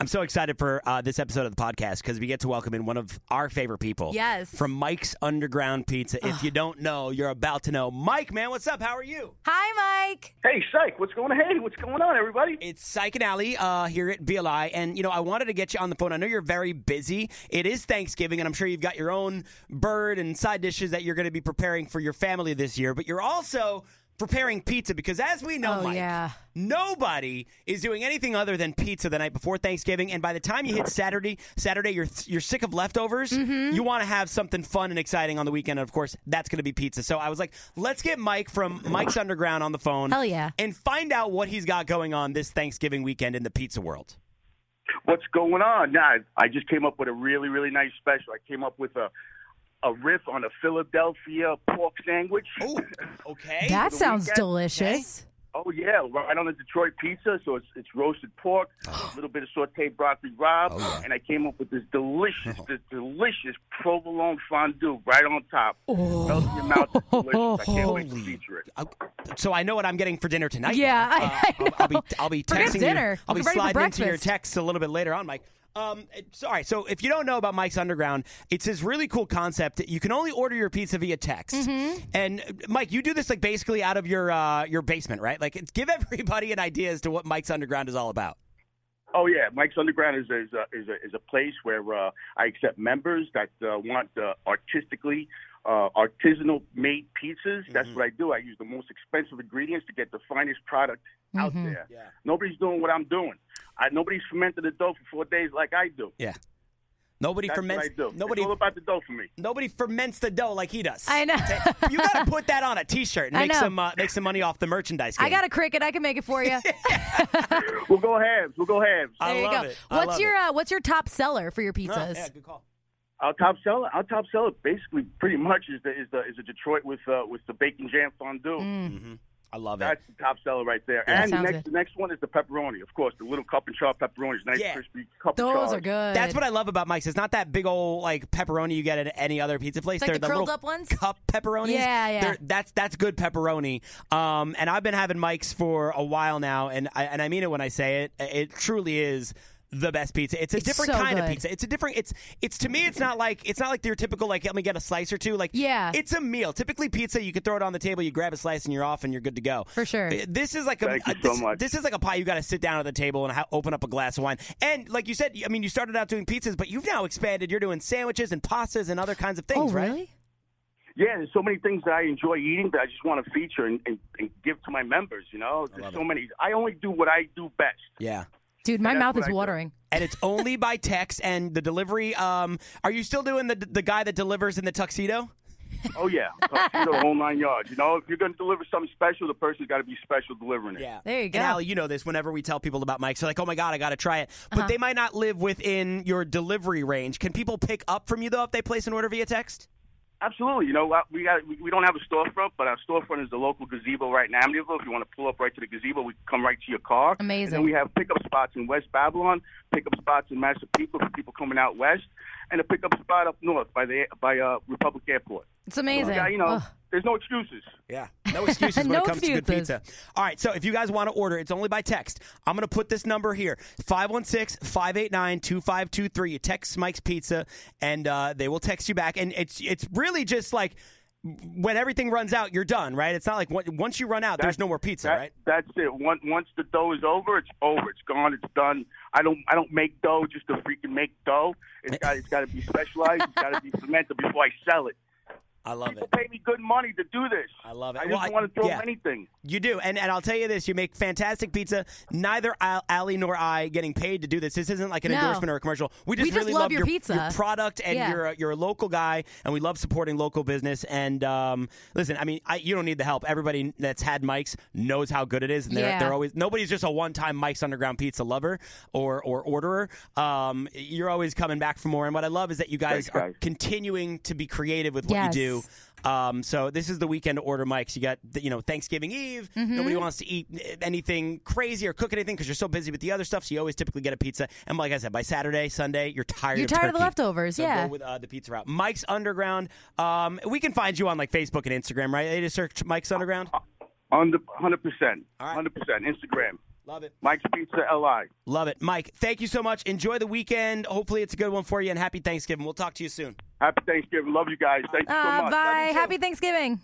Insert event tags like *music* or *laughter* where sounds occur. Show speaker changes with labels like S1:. S1: I'm so excited for uh, this episode of the podcast because we get to welcome in one of our favorite people.
S2: Yes.
S1: From Mike's Underground Pizza. If you don't know, you're about to know. Mike, man, what's up? How are you?
S2: Hi, Mike.
S3: Hey, Psych, what's going on? Hey, what's going on, everybody?
S1: It's Psych and Alley uh, here at BLI. And, you know, I wanted to get you on the phone. I know you're very busy. It is Thanksgiving, and I'm sure you've got your own bird and side dishes that you're going to be preparing for your family this year. But you're also preparing pizza because, as we know,
S2: Oh,
S1: Mike,
S2: yeah.
S1: nobody is doing anything other than pizza the night before Thanksgiving. And by the time you hit Saturday, Saturday, you're, you're sick of leftovers.
S2: Mm-hmm.
S1: You want to have something fun and exciting on the weekend. And, of course, that's going to be pizza. So I was like, let's get Mike from Mike's Underground on the phone
S2: Hell yeah.
S1: and find out what he's got going on this Thanksgiving weekend in the pizza world.
S3: What's going on? Nah, I just came up with a really, really nice special. I came up with a a riff on a Philadelphia pork sandwich.
S1: Oh, okay.
S2: That
S3: the
S2: sounds
S3: weekend.
S2: delicious.
S3: *laughs* Oh yeah, right on the Detroit pizza. So it's it's roasted pork, a little bit of sauteed broccoli rabe, and I came up with this delicious, this delicious provolone fondue right on top. Melt in your mouth, it's delicious. I can't wait to feature it.
S1: Uh, so I know what I'm getting for dinner tonight.
S2: Yeah,
S1: Uh,
S2: I- I
S1: I'll, I'll be I'll be
S2: Forget
S1: texting
S2: dinner.
S1: you. I'll be
S2: Get ready for
S1: sliding into your
S2: breakfast.
S1: texts a little bit later on, Mike. Um, it's- all right. So if you don't know about Mike's Underground, it's this really cool concept. that You can only order your pizza via text.
S2: Mm-hmm.
S1: And uh, Mike, you do this like basically out of your uh, your basement, right? Like, it's- give everybody an idea as to what Mike's Underground is all about.
S3: Oh yeah, Mike's Underground is a, is a, is a, is a place where uh, I accept members that uh, want uh, artistically uh, artisanal made pizzas. That's
S1: Mm-hmm.
S3: what I do. I use the most expensive ingredients to get the finest product out there.
S1: Yeah.
S3: Nobody's doing what I'm doing. I, nobody's fermented the dough for four days like I do.
S1: Yeah. Nobody
S3: That's
S1: ferments.
S3: what I do.
S1: Nobody
S3: It's all about the dough for me.
S1: Nobody ferments the dough like he does.
S2: I know.
S1: You gotta put that on a T-shirt and
S2: *laughs* I
S1: make
S2: know.
S1: some uh, make some money off the merchandise.
S2: I
S1: game.
S2: got a cricket. I can make it
S1: *laughs*
S2: for you. *laughs* there
S3: We'll go halves. We'll go halves.
S1: I
S2: you
S1: love
S2: go.
S1: it. I
S2: What's
S1: love
S2: your
S1: it.
S2: Uh, what's your top seller for your
S1: Oh,
S2: pizzas?
S1: yeah, good call.
S3: Our top seller, our top seller, basically pretty much is the is the is a Detroit with uh, with the bacon jam fondue.
S1: Mm. I love it.
S3: That's the top seller right there.
S2: Yeah,
S3: and the
S2: sounds
S3: next,
S2: good.
S3: the next one is the pepperoni, of course, the little cup and char pepperonis, nice
S1: Yeah.
S3: crispy cup and
S2: Those
S3: char.
S2: are good.
S1: That's what I love about Mike's. It's not that big old like pepperoni you get at any other pizza place.
S2: Like
S1: They're
S2: the curled
S1: little
S2: up ones?
S1: cup pepperonis.
S2: Yeah, yeah.
S1: They're- that's that's good pepperoni. Um, and I've been having Mike's for a while now, and I, and I mean it when I say it. It truly is the best pizza. It's a different
S2: so
S1: kind of
S2: good.
S1: pizza. It's a different. It's it's to me. It's not like it's not like your typical like. Let me get a slice or two. Like
S2: Yeah.
S1: it's a meal. Typically, pizza you could throw it on the table, you grab a slice, and you're off, and you're good to go.
S2: For sure.
S1: Uh, This is like a,
S3: Thank you
S1: uh,
S3: so
S1: this,
S3: much.
S1: this is like a pie you got to sit down at the table and ha- open up a glass of wine. And like you said, I mean, you started out doing pizzas, but you've now expanded. You're doing sandwiches and pastas and other kinds of
S2: Oh,
S1: things, right?
S2: really?
S3: Yeah, there's so many things that I enjoy eating that I just want to feature and, and, and give to my members, you know? There's so many. I only do what I do best.
S1: Yeah.
S2: Dude, my
S3: that's
S2: mouth
S3: what
S2: is
S3: I do.
S2: watering.
S1: And it's only by text and the delivery. Um, are you still doing the the guy that delivers in the tuxedo?
S3: Oh, yeah. Tuxedo, the whole nine yards. You know, if you're going to deliver something special, the person's got to be special delivering it.
S1: Yeah.
S2: There you go.
S1: And Al, you know this. Whenever we tell people about Mike's, they're like, "Oh my god, I got to try it," but
S2: Uh-huh.
S1: they might not live within your delivery range. Can people pick up from you though if they place an order via text?
S3: Absolutely. You know, uh, we got we, we don't have a storefront, but our storefront is the local gazebo right in Amityville. If you want to pull up right to the gazebo, we can come right to your car.
S2: Amazing.
S3: And then we have pickup spots in West Babylon, pickup spots in Massapequa for people coming out west, and a pickup spot up north by the by uh, Republic Airport.
S2: It's amazing.
S3: Yeah, you know,
S2: Ugh.
S3: there's no excuses.
S1: Yeah. No
S2: *laughs*
S1: excuses when
S2: No
S1: it comes to good
S2: excuses.
S1: pizza. All right. So if you guys want to order, it's only by text. I'm going to put this number here 516 589 2523. You text Mike's Pizza and uh, they will text you back. And it's, it's really just like when everything runs out, you're done, right? It's not like on- once you run out, there's no more pizza,
S3: That-
S1: right?
S3: That's it. Once once the dough is over, it's over. It's gone. It's done. I don't I don't make dough just to freaking make dough. It's got it's got to be specialized. It's got to be fermented before I sell it.
S1: I love
S3: People
S1: it.
S3: pay me good money to do this.
S1: I love it.
S3: I just
S1: Well, I-
S3: want to throw
S1: yeah.
S3: anything.
S1: You do, and and I'll tell you this: you make fantastic pizza. Neither Al- Ali nor I getting paid to do this. This isn't like an
S2: No.
S1: endorsement or a commercial. We just,
S2: We just
S1: really
S2: love
S1: love
S2: your pizza.
S1: product, and
S2: Yeah.
S1: you're a, you're a local guy, and we love supporting local business. And um, listen, I mean, I, you don't need the help. Everybody that's had Mike's knows how good it is, and they're,
S2: Yeah.
S1: they're always nobody's just a one time Mike's Underground Pizza lover or or orderer. Um, you're always coming back for more. And what I love is that you guys
S3: Thanks,
S1: are
S3: guys.
S1: continuing to be creative with what
S2: Yes.
S1: you do. Um, so this is the weekend to order mics. You got you know Thanksgiving Eve.
S2: Mm-hmm.
S1: Nobody wants to eat anything crazy or cook anything because you're so busy with the other stuff. So you always typically get a pizza. And like I said, by Saturday, Sunday, you're tired.
S2: You're
S1: of
S2: tired of the
S1: turkey.
S2: leftovers,
S1: So
S2: yeah.
S1: Go with uh, the pizza route. Mike's Underground. Um, we can find you on like Facebook and Instagram, right? They just search Mike's Underground.
S3: Under 100%.
S1: right.
S3: 100%. Instagram.
S1: Love it.
S3: Mike's Pizza LI.
S1: Love it, Mike. Thank you so much. Enjoy the weekend. Hopefully, it's a good one for you. And happy Thanksgiving. We'll talk to you soon.
S3: Happy Thanksgiving. Love you guys. Thank you so
S2: Uh,
S3: much.
S2: bye.
S3: Love you too.
S2: Happy Thanksgiving.